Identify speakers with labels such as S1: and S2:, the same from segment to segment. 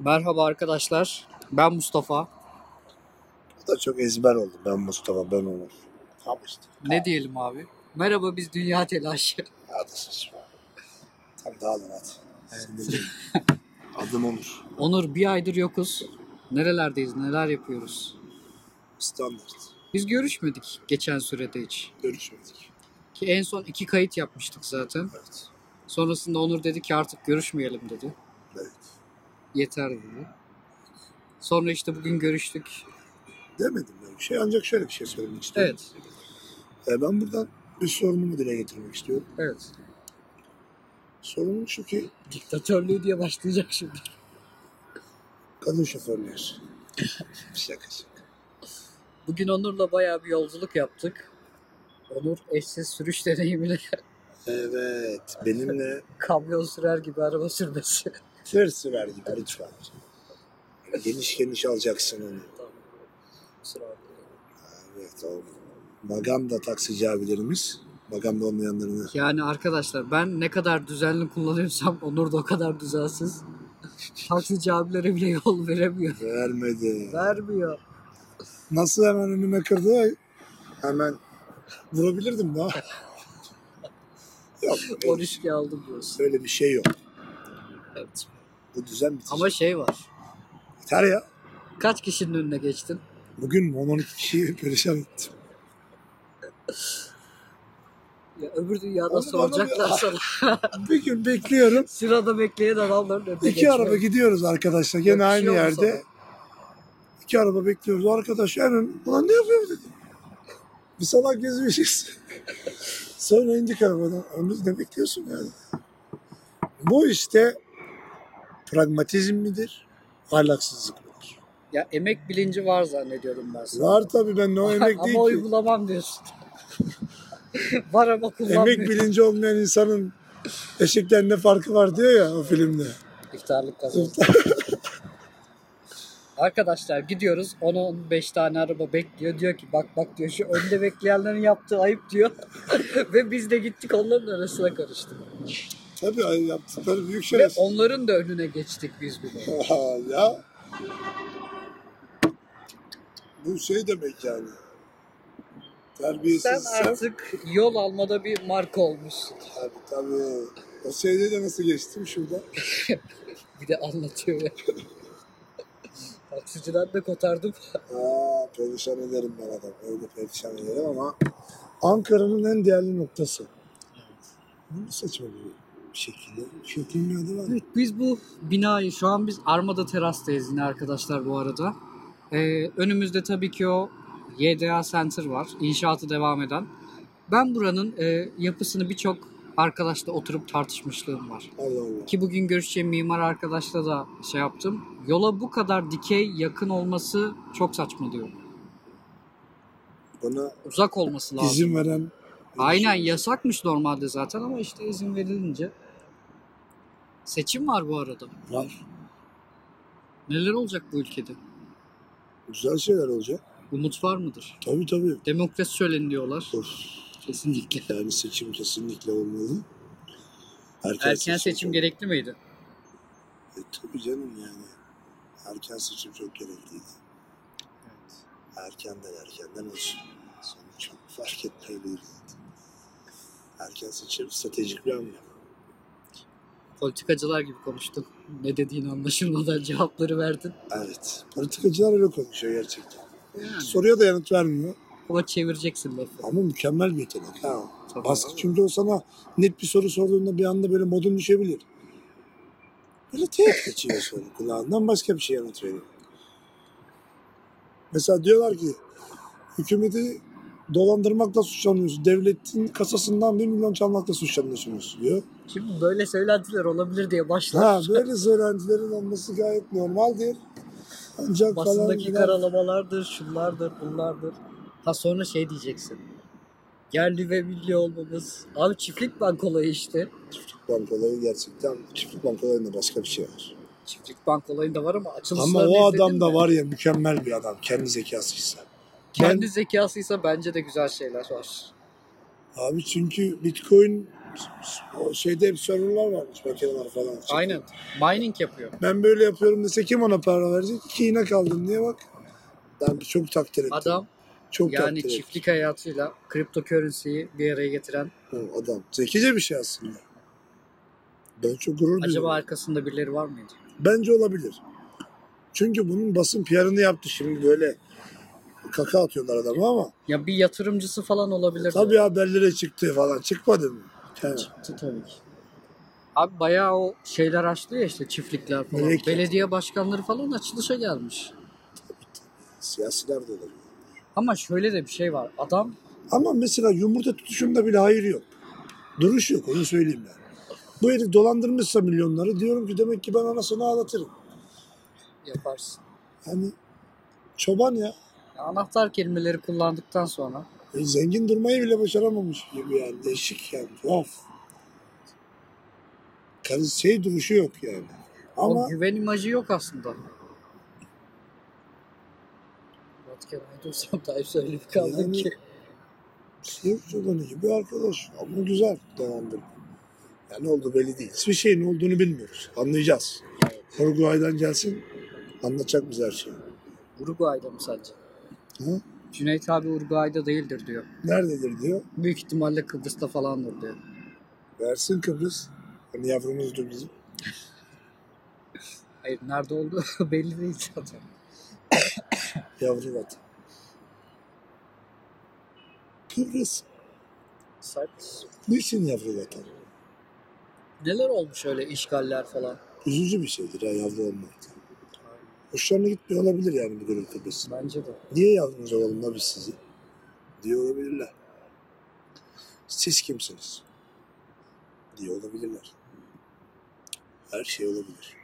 S1: Merhaba arkadaşlar. Ben Mustafa.
S2: Bu da çok ezber oldu. Ben Mustafa, ben Onur. Tam işte.
S1: Ne diyelim abi? Merhaba biz Dünya Telaşı.
S2: Hadi sus. be. Tam dağılın hadi. Sinirliyim. Adım Onur.
S1: Onur bir aydır yokuz. Nerelerdeyiz, neler yapıyoruz?
S2: Standart.
S1: Biz görüşmedik geçen sürede hiç.
S2: Görüşmedik.
S1: Ki en son iki kayıt yapmıştık zaten.
S2: Evet.
S1: Sonrasında Onur dedi ki artık görüşmeyelim dedi.
S2: Evet.
S1: Yeter dedi. Sonra işte bugün görüştük.
S2: Demedim ben bir şey. Ancak şöyle bir şey söylemek istiyorum.
S1: Evet.
S2: E, ben buradan bir sorunumu dile getirmek istiyorum.
S1: Evet.
S2: Sorunum şu ki
S1: Diktatörlüğü diye başlayacak şimdi.
S2: kadın şoförler. şaka şaka.
S1: Bugün Onur'la bayağı bir yolculuk yaptık. Onur eşsiz sürüş deneyimiyle
S2: Evet. Benimle
S1: kamyon sürer gibi araba sürmesi.
S2: tır sürer gibi lütfen. Geniş geniş alacaksın onu.
S1: Kusura bakma.
S2: Evet o Maganda taksici abilerimiz. Maganda olmayanlarını
S1: Yani arkadaşlar ben ne kadar düzenli kullanıyorsam Onur da o kadar düzensiz. Taksici abilere bile yol veremiyor.
S2: vermedi.
S1: Vermiyor.
S2: Nasıl hemen önüme kırdı? Hemen vurabilirdim daha. yok.
S1: 13 aldım diyorsun.
S2: Öyle bir şey yok.
S1: Evet.
S2: Bu düzen bitecek.
S1: Ama şey var.
S2: Yeter ya.
S1: Kaç kişinin önüne geçtin?
S2: Bugün 10-12 kişiyi perişan ettim.
S1: Ya öbür dünyada
S2: Onu bana
S1: soracaklar
S2: bir-
S1: sana.
S2: bir gün bekliyorum.
S1: Sırada bekleyen adamların önüne
S2: İki
S1: geçiyor.
S2: araba gidiyoruz arkadaşlar. Gene
S1: Yakışıyor
S2: aynı
S1: mu
S2: yerde.
S1: sana?
S2: İki araba bekliyoruz. Arkadaş en ön. Ulan ne yapıyor dedi. Bir salak gezmişiz. Sonra indik arabadan. Ömrüz ne bekliyorsun yani? Bu işte pragmatizm midir? Ahlaksızlık mıdır?
S1: Ya emek bilinci var zannediyorum ben sana.
S2: Var tabii ben ne o emek
S1: ama
S2: değil ki.
S1: uygulamam diyorsun. var ama kullanmıyor.
S2: Emek bilinci olmayan insanın eşekten ne farkı var diyor ya o filmde.
S1: İftarlık kazandı. Arkadaşlar gidiyoruz. 10-15 tane araba bekliyor. Diyor ki bak bak diyor şu önde bekleyenlerin yaptığı ayıp diyor. Ve biz de gittik onların arasına karıştık.
S2: Tabii ay- yaptıkları büyük
S1: Ve
S2: şeref.
S1: onların da önüne geçtik biz bir de.
S2: ya. Bu şey demek yani.
S1: Sen
S2: Terbiyesiz.
S1: artık yol almada bir marka olmuşsun.
S2: Tabii tabii. O şeyde de nasıl geçtim şurada?
S1: Bir de anlatıyor ya. Taksiciden de kotardım.
S2: Aa, perişan ederim ben adam. Öyle perişan ederim ama Ankara'nın en değerli noktası. Bu saçma bir şekilde. Şirketin bir adı var. mı?
S1: Evet biz bu binayı şu an biz Armada Teras'tayız yine arkadaşlar bu arada. Ee, önümüzde tabii ki o YDA Center var. inşaatı devam eden. Ben buranın e, yapısını birçok arkadaşla oturup tartışmışlığım var.
S2: Allah Allah.
S1: Ki bugün görüşeceğim mimar arkadaşla da şey yaptım. Yola bu kadar dikey yakın olması çok saçma diyor.
S2: Bana
S1: Uzak olması lazım.
S2: izin veren
S1: Aynen yasakmış normalde zaten ama işte izin verilince. Seçim var bu arada.
S2: Var.
S1: Neler olacak bu ülkede?
S2: Güzel şeyler olacak.
S1: Umut var mıdır?
S2: Tabii tabii.
S1: Demokrasi söyleni diyorlar.
S2: Of.
S1: Kesinlikle.
S2: Yani seçim kesinlikle olmalı.
S1: Erken seçim, gerekli miydi?
S2: E, tabii canım yani. Erken seçim çok gerekliydi.
S1: Evet.
S2: Erkenden erkenden olsun. Sonuç çok fark etmeliydi. Erken seçim stratejik bir hamle.
S1: Politikacılar gibi konuştun. Ne dediğin anlaşılmadan cevapları verdin.
S2: Evet. Politikacılar öyle konuşuyor gerçekten.
S1: Yani.
S2: Soruya da yanıt vermiyor.
S1: Ama çevireceksin lafı.
S2: Ama mükemmel bir yetenek. Ha.
S1: Tabii.
S2: Baskı çünkü o sana net bir soru sorduğunda bir anda böyle modun düşebilir. Böyle tek geçiyor soru kulağından başka bir şey yanıt veriyor. Mesela diyorlar ki hükümeti dolandırmakla suçlanıyorsunuz. Devletin kasasından bir milyon çalmakla suçlanıyorsunuz diyor.
S1: Şimdi böyle söylentiler olabilir diye başlar.
S2: Ha böyle söylentilerin olması gayet normaldir. Ancak falan
S1: Basındaki
S2: filan-
S1: karalamalardır, şunlardır, bunlardır. Ha sonra şey diyeceksin. Yerli ve milli olmamız. Abi çiftlik bank olayı işte.
S2: Çiftlik bankaları gerçekten çiftlik bankalarında başka bir şey var.
S1: Çiftlik bank olayında var ama açılışlarını
S2: Ama o
S1: izledin
S2: adam da
S1: mi?
S2: var ya mükemmel bir adam. Kendi zekasıysa.
S1: Kendi zekasıysa bence de güzel şeyler var.
S2: Abi çünkü Bitcoin O şeyde hep serverlar varmış makineler falan.
S1: Aynen. Mining yapıyor.
S2: Ben böyle yapıyorum dese kim ona para verecek? İki iğne kaldım diye bak. Ben çok takdir ettim.
S1: Adam
S2: çok
S1: yani
S2: takdir
S1: çiftlik hayatıyla cryptocurrency'yi bir araya getiren
S2: ettim. O Adam zekice bir şey aslında. Ben çok gurur duyuyorum.
S1: acaba arkasında birileri var mıydı?
S2: Bence olabilir. Çünkü bunun basın PR'ını yaptı şimdi böyle kaka atıyorlar adama ama
S1: Ya bir yatırımcısı falan olabilir.
S2: tabii haberlere çıktı falan çıkmadı mı? Yani
S1: Çıktı tabii ki. Abi bayağı o şeyler açtı ya işte çiftlikler falan.
S2: Melek.
S1: Belediye başkanları falan açılışa gelmiş.
S2: siyasiler de olabilir.
S1: Ama şöyle de bir şey var. Adam
S2: Ama mesela yumurta tutuşunda bile hayır yok. Duruş yok onu söyleyeyim ben. Bu herif dolandırmışsa milyonları diyorum ki demek ki ben anasını ağlatırım.
S1: yaparsın.
S2: Yani çoban ya.
S1: Ya anahtar kelimeleri kullandıktan sonra
S2: E, zengin durmayı bile başaramamış gibi yani. Değişik yani. Tuhaf. Karı şey duruşu yok yani. Ama
S1: o güven imajı yok aslında. Batken Aydın daha öyle bir kaldık
S2: Yani-
S1: ki.
S2: Sırf şey çobanı gibi arkadaş. Ama güzel dolandırma. Yani ne oldu belli değil. Hiçbir şeyin olduğunu bilmiyoruz. Anlayacağız. Uruguay'dan gelsin anlatacak bize her şeyi.
S1: Uruguay'da mı sence?
S2: Hı?
S1: Cüneyt abi Uruguay'da değildir diyor.
S2: Nerededir diyor.
S1: Büyük ihtimalle Kıbrıs'ta falandır diyor.
S2: Versin Kıbrıs. Hani yavrumuzdu bizim.
S1: Hayır nerede olduğu belli değil zaten.
S2: Yavru vatan. Kıbrıs.
S1: Cyprus.
S2: Niçin yavru vatan?
S1: Neler olmuş öyle işgaller falan.
S2: Üzücü bir şeydir ya yavru olmak. Hoşlarına gitmiyor olabilir yani bu durum Kıbrıs'ın.
S1: Bence de.
S2: Niye yavrunuz olalım da biz sizi? Diyor olabilirler. Siz kimsiniz? Diye olabilirler. Her şey olabilir.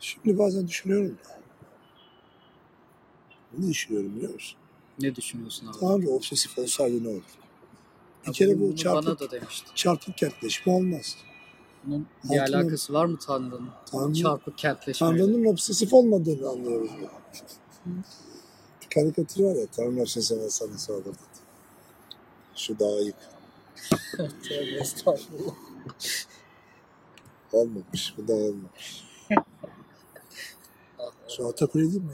S2: Şimdi bazen düşünüyorum da. Ne düşünüyorum biliyor musun?
S1: Ne düşünüyorsun abi?
S2: Tanrı obsesif olsaydı ne olur? Bir
S1: Ya
S2: kere
S1: bunu
S2: bu
S1: bana
S2: çarpık,
S1: da demişti.
S2: çarpık kentleşme olmaz.
S1: Bunun bir
S2: Altına-
S1: alakası var mı Tanrı'nın?
S2: Tanrı-
S1: Çarpık şey. kentleşmeyle.
S2: Tanrı'nın obsesif olmadığını anlıyoruz bu. Bir karikatür var ya Tanrı obsesif olsaydı sağda dedi. Şu dağı yık.
S1: Tövbe estağfurullah.
S2: Olmamış. Bu da olmamış. Şu Atakule değil mi?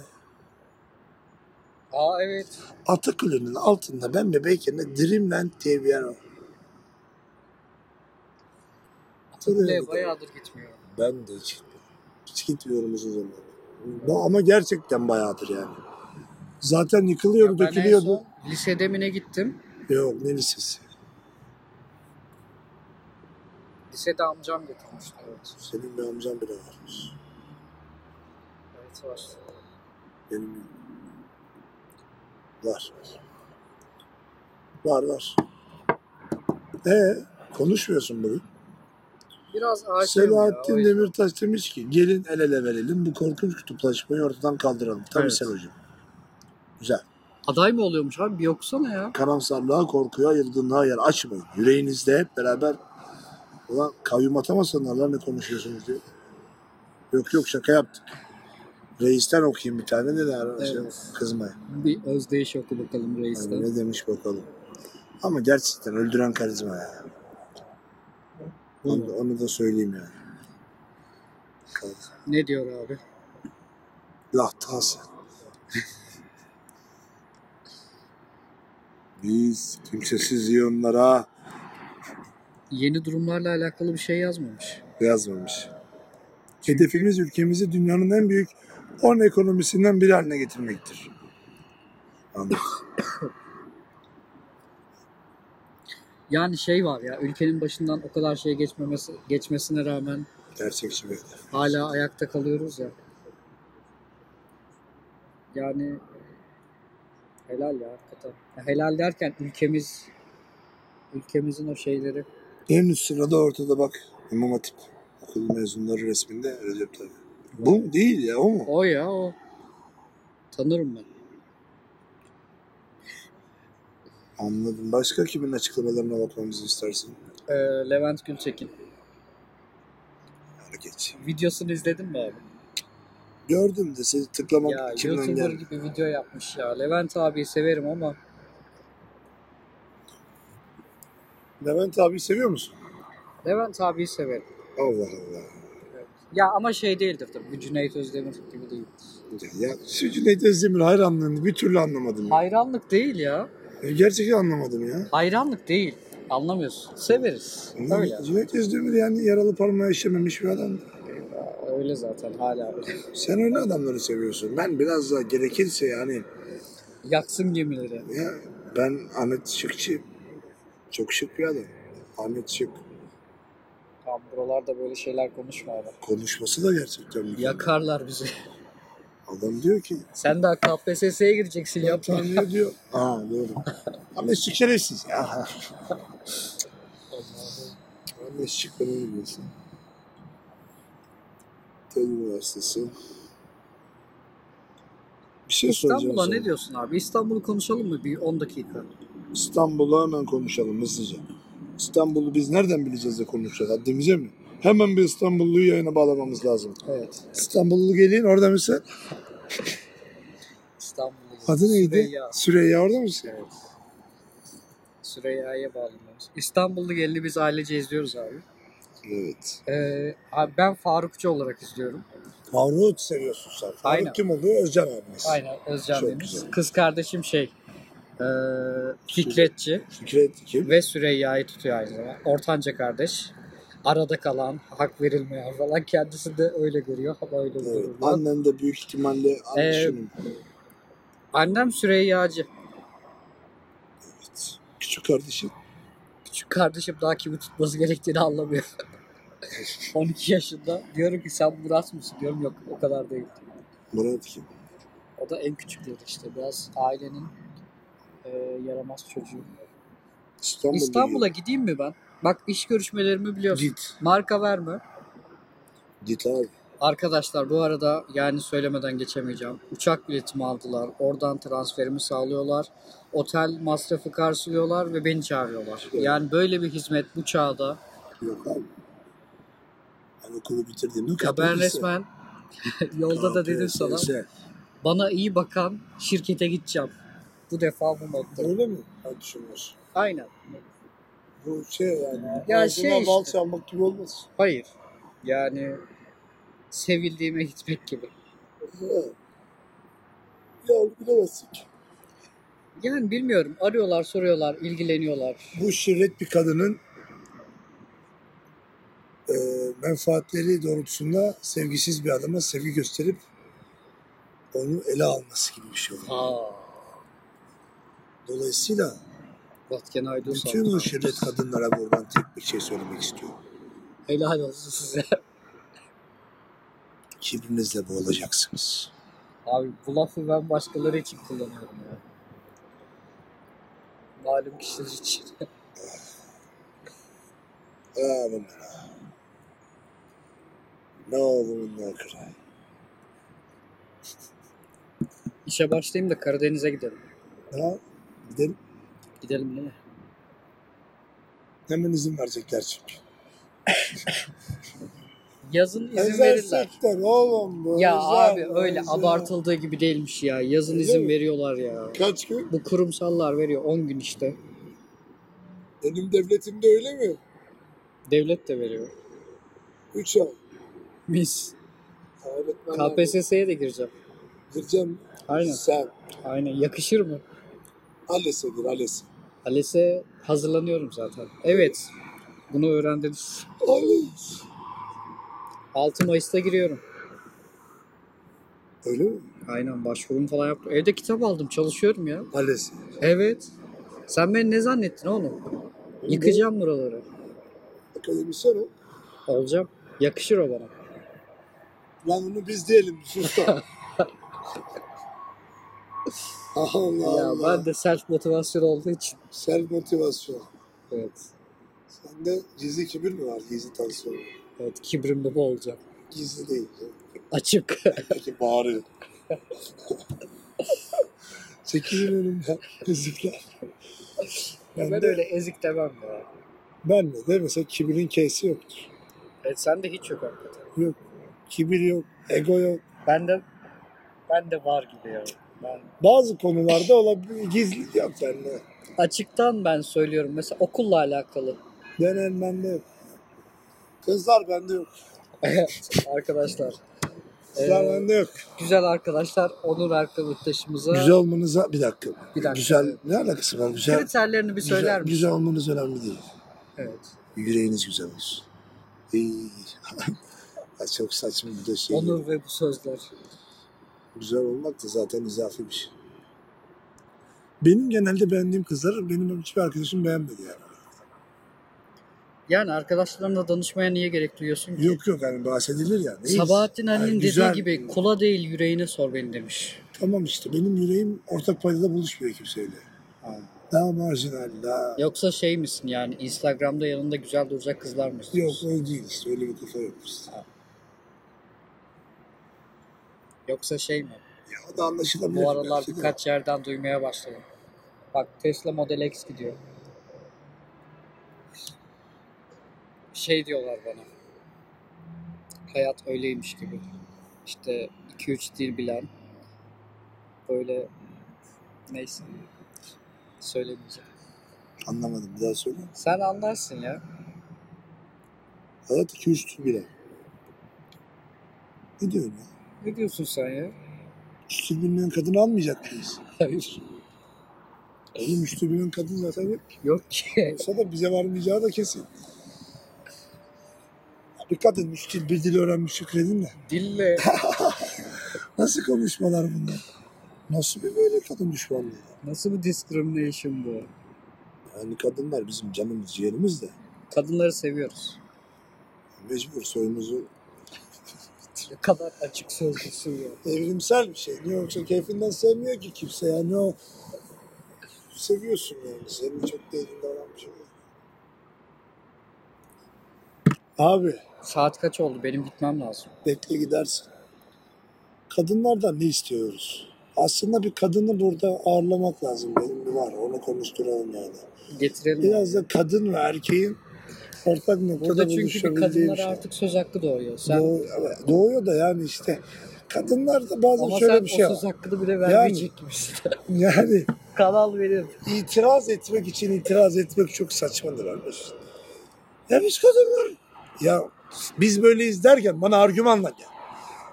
S1: Aa evet.
S2: Atakule'nin altında ben bebekken de Dreamland diye bir yer var.
S1: Buraya bayağıdır gitmiyor.
S2: Ben de hiç gitmiyorum. Hiç gitmiyorum uzun zaman. Bu ama gerçekten bayağıdır yani. Zaten yıkılıyordu,
S1: Ya ben en
S2: dökülüyordu.
S1: son Lisede mi ne gittim?
S2: Yok ne lisesi.
S1: Lisede amcam götürmüştü. Evet.
S2: Senin bir amcan bile varmış.
S1: Evet var.
S2: Benim var. Var var. E konuşmuyorsun bugün.
S1: Biraz aşığım ya. o
S2: Selahattin
S1: yüzden.
S2: Demirtaş demiş ki gelin el ele verelim bu korkunç kutuplaşmayı ortadan kaldıralım. Tabii
S1: Evet.
S2: sen hocam. Güzel.
S1: Aday mı oluyormuş abi? Bir yoksana ya.
S2: Karamsarlığa, korkuya, yılgınlığa yer açmayın. Yüreğinizde hep beraber ulan kayyum atamasınlar lan ne konuşuyorsunuz diye. Yok yok şaka yaptık. Reisten okuyayım bir tane de de arkadaşlar
S1: Evet.
S2: kızmayın.
S1: Bir özdeyiş oku bakalım
S2: Yani
S1: reisten.
S2: ne demiş bakalım. Ama gerçekten öldüren karizma ya. Onu, da- onu da söyleyeyim yani. Kar-
S1: Ne diyor abi?
S2: Lahtası. Biz kimsesiz yığınlara
S1: Yeni durumlarla alakalı bir şey yazmamış.
S2: yazmamış. Hedefimiz ülkemizi dünyanın en büyük 10 ekonomisinden biri haline getirmektir. Anladım.
S1: Yani şey var ya ülkenin başından o kadar şey geçmemesi geçmesine rağmen
S2: Gerçekçi bir şey hedef.
S1: hala ayakta kalıyoruz ya. Yani helal ya hakikaten. Ya helal derken ülkemiz ülkemizin o şeyleri
S2: En üst sırada ortada bak. İmam Hatip. Okul mezunları resminde Recep Tayyip. Bu mu? değil ya o mu?
S1: o ya o. Tanırım ben.
S2: Anladım. Başka kimin açıklamalarına bakmamızı istersin?
S1: Ee, Levent Gülçekin.
S2: Yani geç.
S1: Videosunu izledin mi abi?
S2: Gördüm de sizi tıklamak
S1: Ya
S2: kimden
S1: YouTuber
S2: geldi?
S1: gibi video yapmış ya. Levent abiyi severim ama
S2: Levent abi seviyor musun?
S1: Levent abiyi severim.
S2: Allah Allah.
S1: Ya ama şey değildir tabii. Bu Cüneyt Özdemir gibi değil.
S2: Ya şu Cüneyt Özdemir hayranlığını bir türlü anlamadım. Ya.
S1: Hayranlık değil ya.
S2: E, Gerçekten anlamadım ya.
S1: Hayranlık değil. Anlamıyorsun. Severiz.
S2: Ama
S1: Öyle.
S2: Cüneyt Özdemir yani yaralı parmağı işlememiş bir adam.
S1: Öyle zaten hala öyle.
S2: Sen öyle adamları seviyorsun. Ben biraz daha gerekirse yani
S1: Yaksın gemileri.
S2: ya ben Ahmet Şıkçıyım. Çok şık bir adam. Ahmet Şık.
S1: Tam buralarda böyle şeyler konuşma abi.
S2: Konuşması da gerçekten mükemmel.
S1: Yakarlar bizi.
S2: Adam diyor ki
S1: Sen daha KPSS'ye gireceksin ya.
S2: ya tanrıya diyor. Ha doğru. Ahmet Şık şerefsiz. Aha. Ahmet Şık bana ne diyorsun? Tel Üniversitesi. Bir şey soracağım
S1: İstanbul'a
S2: sana.
S1: ne diyorsun abi? İstanbul'u konuşalım mı bir 10 dakika?
S2: İstanbul'u hemen konuşalım hızlıca. İstanbul'u biz nereden bileceğiz de konuşacağız? Haddimize mi? Hemen bir İstanbulluyu yayına bağlamamız lazım.
S1: Evet.
S2: İstanbullu gelin orada mısın?
S1: İstanbul'u.
S2: Adı neydi?
S1: Süreyya.
S2: Süreyya, orada mısın?
S1: Evet. Süreyya'ya bağlanıyoruz. İstanbul'da geldi biz ailece izliyoruz abi.
S2: Evet.
S1: Ee, abi ben Farukçu olarak izliyorum.
S2: Faruk seviyorsun sen. Faruk
S1: Aynen.
S2: kim oluyor? Özcan abimiz.
S1: Aynen Özcan
S2: Çok
S1: Deniz.
S2: güzel.
S1: Kız kardeşim şey ee, Fikretçi
S2: Fikret kim?
S1: ve Süreyya'yı tutuyor aynı zamanda. Ortanca kardeş. Arada kalan, hak verilmeyen falan kendisi de öyle görüyor ama öyle
S2: Evet.
S1: görüyor.
S2: Annen de büyük ihtimalle
S1: Ee,
S2: anlaşının.
S1: Annem Süreyya'cı.
S2: Evet. Küçük kardeşim.
S1: Küçük kardeşim daha kimi tutması gerektiğini anlamıyor. 12 yaşında. Diyorum ki sen Murat mısın? Diyorum yok o kadar değil.
S2: Murat kim?
S1: O da en küçükleri işte. Biraz ailenin e, yaramaz çocuğu.
S2: İstanbul'da
S1: İstanbul'a gideyim mi ben? Bak iş görüşmelerimi biliyorsun.
S2: Git.
S1: Marka verme.
S2: Git abi.
S1: Arkadaşlar bu arada yani söylemeden geçemeyeceğim. Uçak biletimi aldılar. Oradan transferimi sağlıyorlar. Otel masrafı karşılıyorlar ve beni çağırıyorlar.
S2: Evet.
S1: Yani böyle bir hizmet bu çağda.
S2: Yok abi. Ben okulu bitirdiğimde
S1: Ya ben resmen yolda da dedim sana. Bana iyi bakan şirkete gideceğim. Bu defa bu modda.
S2: Öyle mi? Ben düşünüyorsun.
S1: Aynen.
S2: Bu şey yani.
S1: Ya
S2: Ya
S1: şey
S2: şey
S1: işte.
S2: bal çalmak gibi olmaz.
S1: Hayır. Yani sevildiğime gitmek gibi.
S2: Ya, ya bilemezsin ki.
S1: Yani bilmiyorum. Arıyorlar, soruyorlar, ilgileniyorlar.
S2: Bu şirret bir kadının e, menfaatleri doğrultusunda sevgisiz bir adama sevgi gösterip onu ele alması gibi bir şey oluyor.
S1: Aa,
S2: Dolayısıyla
S1: what can I do
S2: bütün
S1: something?
S2: o şirret kadınlara buradan tek bir şey söylemek istiyorum.
S1: Helal olsun size.
S2: Kibrinizle boğulacaksınız.
S1: Abi bu lafı ben başkaları için kullanıyorum ya. Malum kişiler için.
S2: Aa bunlar. ha. Ne oldu bunlar kral?
S1: İşe başlayayım da Karadeniz'e gidelim.
S2: Ha? Gidelim.
S1: Gidelim değil mi?
S2: Hemen izin verecekler çünkü.
S1: Yazın izin
S2: Özel
S1: verirler.
S2: sektör oğlum bu.
S1: Ya
S2: özel,
S1: abi öyle
S2: özel.
S1: abartıldığı gibi değilmiş ya. Yazın
S2: Öyle
S1: izin
S2: mi?
S1: veriyorlar ya.
S2: Kaç gün?
S1: Bu kurumsallar veriyor 10 gün işte.
S2: Benim devletimde öyle mi?
S1: Devlet de veriyor.
S2: Üç ay.
S1: Mis.
S2: Öğretmenler
S1: KPSS'ye de gireceğim.
S2: Gireceğim.
S1: Aynen.
S2: Sen.
S1: Aynen. Yakışır mı?
S2: Ales'e gir Ales'e.
S1: ALES'e hazırlanıyorum zaten. Evet. Bunu öğrendiniz.
S2: Ales.
S1: 6 Mayıs'ta giriyorum.
S2: Öyle mi?
S1: Aynen başvurum falan yaptım. Evde kitap aldım. Çalışıyorum ya.
S2: Ales.
S1: Evet. Sen beni ne zannettin oğlum? Yıkacağım buraları.
S2: Akademisyen o.
S1: Olacağım. Yakışır o bana.
S2: Lan bunu biz diyelim. Sus da. Allah
S1: Ya
S2: Allah.
S1: ben de self motivasyon olduğu için.
S2: Self motivasyon.
S1: Evet.
S2: Sende gizli kibir mi var? Gizli tansiyon.
S1: Evet kibrimde bu olacak.
S2: Gizli değil.
S1: Açık.
S2: Peki bağırıyor. Çekilin önümden. Ezikler. Ben,
S1: ben
S2: de,
S1: öyle ezik demem ya.
S2: ben de, de mesela kibirin kesi yoktur.
S1: Evet sen de hiç yok hakikaten.
S2: Yok. Kibir yok. Ego yok.
S1: Ben de ben de var gibi ya. Ben
S2: Bazı konularda olabilir. Gizli yok bende.
S1: açıktan ben söylüyorum. Mesela okulla alakalı.
S2: Genel bende yok. Kızlar bende yok.
S1: arkadaşlar.
S2: Kızlar
S1: Ee,
S2: bende yok.
S1: Güzel arkadaşlar Onur Arkadaşımıza
S2: Güzel olmanıza bir dakika.
S1: Bir dakika.
S2: Güzel ne alakası var? Güzel,
S1: kriterlerini bir şey söyler
S2: güzel,
S1: misin?
S2: güzel olmanız önemli değil.
S1: Evet.
S2: Yüreğiniz güzel olsun. İyi. Ay, çok saçma bir de şey.
S1: Onur ve bu sözler.
S2: Güzel olmak da zaten izafi bir şey. Benim genelde beğendiğim kızlar benim hiçbir arkadaşım beğenmedi yani.
S1: Yani arkadaşlarımla danışmaya niye gerek duyuyorsun ki?
S2: Yok yok hani bahsedilir yani.
S1: Sabahattin Ali'nin dediği
S2: güzel.
S1: gibi kula değil yüreğine sor beni demiş.
S2: Tamam işte benim yüreğim ortak paydada buluşmuyor kimseyle. Daha marjinal, daha...
S1: Yoksa şey misin yani Instagram'da yanında güzel duracak kızlar mısın?
S2: Yok öyle değil işte öyle bir kafa yok işte.
S1: Yoksa şey mi?
S2: Ya o da anlaşılabilir. şey
S1: Bu aralar
S2: belki de.
S1: birkaç yerden duymaya başladım. Bak Tesla Model X gidiyor. Şey diyorlar bana. Hayat öyleymiş gibi. İşte 2-3 dil bilen. Böyle neyse. Söylemeyeceğim.
S2: Anlamadım bir daha söyle.
S1: Sen anlarsın ya.
S2: Hayat iki üç tür bile. Ne diyorsun ya?
S1: Ne diyorsun sen ya?
S2: Üç tür bilmeyen kadın almayacak mıyız?
S1: Hayır.
S2: Oğlum üç tür bilmeyen kadın zaten yok.
S1: Yok ki.
S2: Olsa da bize varmayacağı da kesin. Bir kadın üç dil bir dil öğrenmiş şükredin de.
S1: Dille.
S2: Nasıl konuşmalar bunlar? Nasıl bir böyle kadın düşmanlığı?
S1: Nasıl bir discrimination bu?
S2: Yani kadınlar bizim canımız ciğerimiz de.
S1: Kadınları seviyoruz.
S2: Mecbur soyumuzu
S1: Ne kadar açık sözlüsün ya.
S2: evrimsel bir şey. Niye yoksa keyfinden sevmiyor ki kimse yani o seviyorsun yani. Senin çok değerinde olan bir şey. yok. Abi
S1: Saat kaç oldu? Benim gitmem lazım.
S2: bekle gidersin. Kadınlardan ne istiyoruz? Aslında bir kadını burada ağırlamak lazım benim bir var. Onu konuşturalım yani.
S1: Getirelim.
S2: Biraz da kadın ve erkeğin ortak noktada
S1: Burada çünkü bir
S2: buluşabildiği bir
S1: kadınlara
S2: şey.
S1: artık söz hakkı doğuyor. Sen
S2: Doğu- doğuyor da yani işte kadınlarda bazen
S1: ama
S2: şöyle
S1: sen
S2: bir şey
S1: o
S2: var.
S1: söz hakkını bile vermeyecek gibisin.
S2: Yani
S1: Kanal verir.
S2: itiraz etmek için itiraz etmek çok saçmadır arkadaşlar. Ya biz kadınlar ya biz böyleyiz derken bana argümanla gel.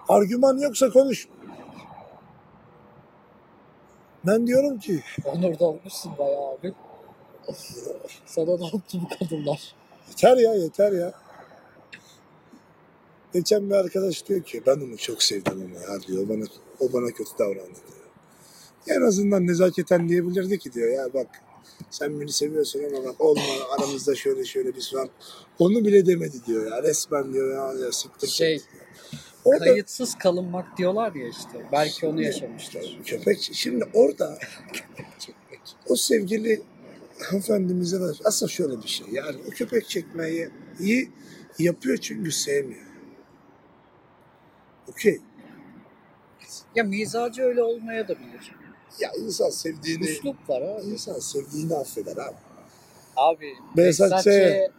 S2: Argüman yoksa konuş. Ben diyorum ki
S1: Onur da olmuşsun bayağı abi. Sana ne yaptı bu kadınlar?
S2: yeter ya yeter ya. Geçen bir arkadaş diyor ki ben onu çok sevdim ama ya diyor bana, o bana kötü davrandı diyor. Ya En azından nezaketen diyebilirdi ki diyor ya bak sen beni seviyorsun ama bak olma aramızda şöyle şöyle bir şey var. Onu bile demedi diyor ya resmen diyor ya, ya siktir.
S1: Şey,
S2: Orada-
S1: kayıtsız kalınmak diyorlar ya işte. Belki onu yaşamışlar.
S2: Köpek şimdi orada o sevgili hanımefendimize de aslında şöyle bir şey yani o köpek çekmeyi iyi yapıyor çünkü sevmiyor. Okey.
S1: Ya mizacı öyle olmaya da bilir.
S2: Ya insan sevdiğini
S1: Üslup var abi.
S2: insan sevdiğini affeder abi.
S1: Abi,
S2: Behzat
S1: Behzat
S2: Ç.
S1: Ç.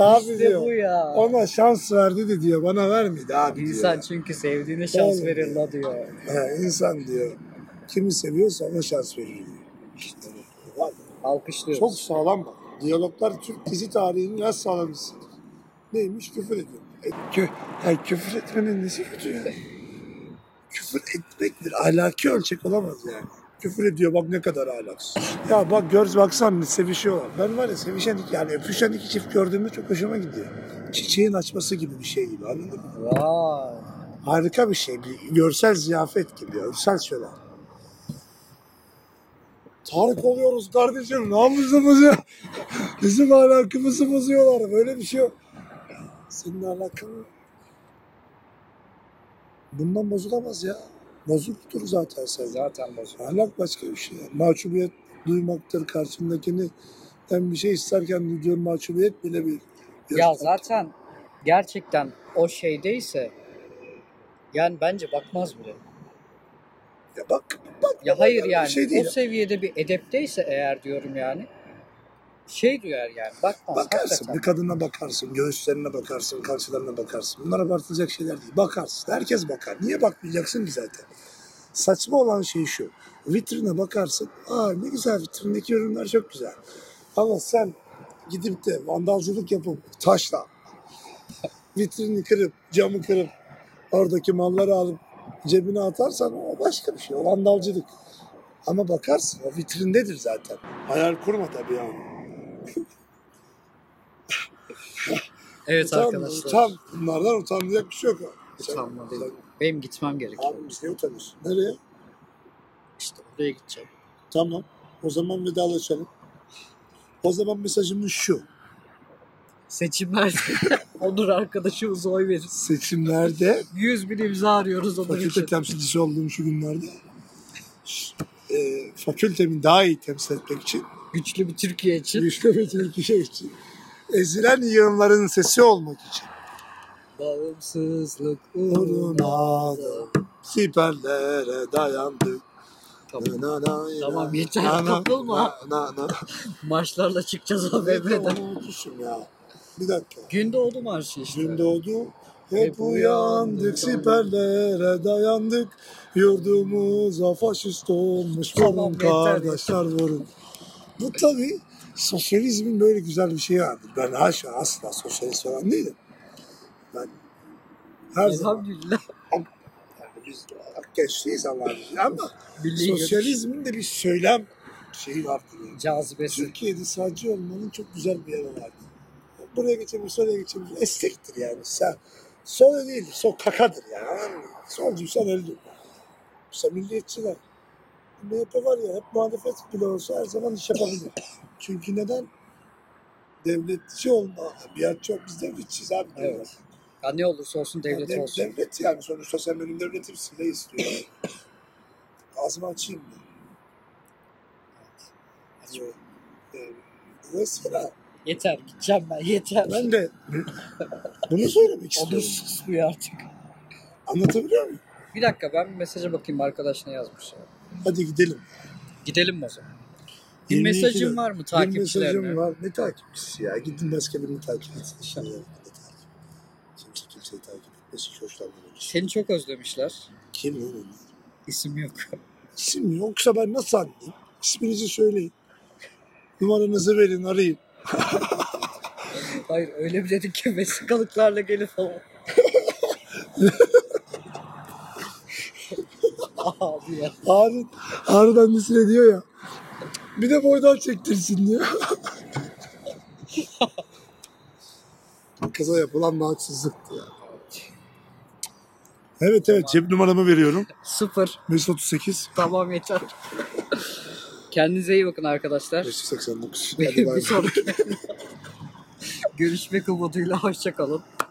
S2: Abi
S1: İşte bu
S2: diyor.
S1: ya.
S2: Ona şans verdi de diyor bana vermedi abi diyor.
S1: İnsan çünkü sevdiğine şans
S2: Oğlum.
S1: verir la diyor.
S2: He, insan diyor. Kimi seviyorsa ona şans verir diyor. İşte, var.
S1: Alkışlıyoruz.
S2: Çok sağlam bak. Diyaloglar Türk dizi tarihinin en sağlamcısı. Neymiş? Küfür ediyor. E, kü- ya küfür etmenin nesi kötü ya? Küfür etmektir. Ahlaki ölçek olamaz yani. Küfür ediyor bak ne kadar ahlaksız. Ya bak göz baksan sevişiyorlar. Ben var ya sevişen iki yani öpüşen iki çift gördüğümde çok hoşuma gidiyor. Çiçeğin açması gibi bir şey gibi anladın mı?
S1: Vay.
S2: Harika bir şey. Bir görsel ziyafet gibi. Görsel şölen. Tarık oluyoruz kardeşim. Ne yapıyorsunuz ya? Bizim ahlakımızı bozuyorlar. Böyle bir şey yok. Senin ahlakın bundan bozulamaz ya. Bozuktur zaten sen.
S1: Zaten bozuk.
S2: Ahlak başka bir şey. Mahcubiyet duymaktır karşındakinden bir şey isterken duyduğun mahcubiyet bile bir
S1: Ya zaten gerçekten o şeydeyse yani bence bakmaz bile.
S2: Ya bak bak.
S1: Ya hayır
S2: bir
S1: yani
S2: şey değil.
S1: o seviyede bir edepteyse eğer diyorum yani şey duyar yani bakmaz.
S2: Bakarsın.
S1: hakikaten.
S2: Bir kadına bakarsın, göğüslerine bakarsın, kalçalarına bakarsın. Bunlar abartılacak şeyler değil. Bakarsın. Herkes bakar. Niye bakmayacaksın ki zaten? Saçma olan şey şu. Vitrine bakarsın. Aa ne güzel vitrindeki ürünler çok güzel. Ama sen gidip de vandalcılık yapıp taşla vitrini kırıp, camı kırıp oradaki malları alıp cebine atarsan o başka bir şey. O vandalcılık. Ama bakarsın o vitrindedir zaten. Hayal kurma tabii yani.
S1: Evet
S2: Utan,
S1: arkadaşlar.
S2: utan. Bunlardan utanacak bir şey yok. Sen-
S1: Utanma değil.
S2: sen-
S1: Benim gitmem gerekiyor.
S2: Abi biz niye utanıyorsun? Nereye?
S1: İşte oraya gideceğim.
S2: Tamam. O zaman vedalaşalım. O zaman mesajımız şu.
S1: Seçimlerde Onur arkadaşımıza oy veririz.
S2: Seçimlerde
S1: 100 bin imza arıyoruz Onur için.
S2: fakülte temsilcisi olduğum şu günlerde e, fakültemi daha iyi temsil etmek için
S1: Güçlü bir Türkiye için.
S2: güçlü bir Türkiye için ezilen yığınların sesi olmak için
S1: Bağımsızlık uğruna.
S2: uğruna da siperlere dayandık.
S1: Tamam.
S2: Na, na, na,
S1: Tamam, yeter,
S2: na, na,
S1: kapılma.
S2: Na, na, na.
S1: Marşlarla çıkacağız AVM'den.
S2: Onu unutmuşum ya. Bir dakika.
S1: Gün doğdu marşı şey işte.
S2: Gün doğdu,
S1: Hep
S2: hep
S1: uyandık.
S2: uyandık, siperlere dayandık. Yurdumuza faşist olmuş,
S1: Tamam,
S2: vurun
S1: yeter,
S2: kardeşler vurun. Bu tabii sosyalizmin böyle güzel bir şeyi vardır. Ben haşa asla sosyalist falan değilim. Ben her
S1: E,
S2: zaman
S1: Elhamdülillah.
S2: yani biz gençliyiz Allah'ın izniyle ama
S1: Milli görüş
S2: sosyalizmin de bir söylem şeyi vardır. yani.
S1: cazibesi.
S2: Türkiye'de sağcı olmanın çok güzel bir yeri vardı. Buraya geçebiliriz, oraya geçebiliriz. Estektir yani. Sen, sol değil, sol kakadır yani. anladın mı? Solcuysan öldün. İşte milliyetçiler. MHP var ya hep muhalefet bile olsa her zaman iş yapabilir. Çünkü neden? Devletçi olma. Bir çok biz devletçiyiz abi.
S1: Evet. Ya ne olursa olsun devlet
S2: Dev-
S1: olsun.
S2: Devlet yani sonuçta sen benim devletim silah istiyor. Ağzımı açayım mı? Açıyorum. Ee, Mesela
S1: Yeter gideceğim ben yeter.
S2: ben de bunu söylemek
S1: Onur
S2: istiyorum.
S1: susmuyor artık.
S2: Anlatabiliyor muyum?
S1: Bir dakika ben bir mesaja bakayım arkadaş ne yazmış. ya.
S2: Hadi gidelim.
S1: Gidelim mi o zaman? Bir
S2: 22
S1: mesajın
S2: lira.
S1: var mı
S2: Bir mesajım
S1: takipçilerine?
S2: var. Ne takipçisi ya? Gidin başka birini takip et. Şimdi ne takip? Kimse kimseyi takip etmesi hiç hoşlanmıyor.
S1: Seni çok özlemişler.
S2: Kim lan onlar?
S1: İsim yok.
S2: İsim yoksa ben nasıl anlayayım? İsminizi söyleyin. Numaranızı verin arayın.
S1: Hayır öyle bir dedik ki vesikalıklarla gelip falan. Abi ya.
S2: Harun, Harun annesine diyor ya. Bir de boydan çektirsin diyor. Kıza yapılan haksızlıktı ya. Evet evet cep numaramı veriyorum.
S1: Sıfır.
S2: Mesut 38.
S1: Tamam yeter. Kendinize iyi bakın arkadaşlar.
S2: 589. Hadi bay
S1: bir
S2: bay.
S1: sonraki. Görüşmek umuduyla hoşçakalın.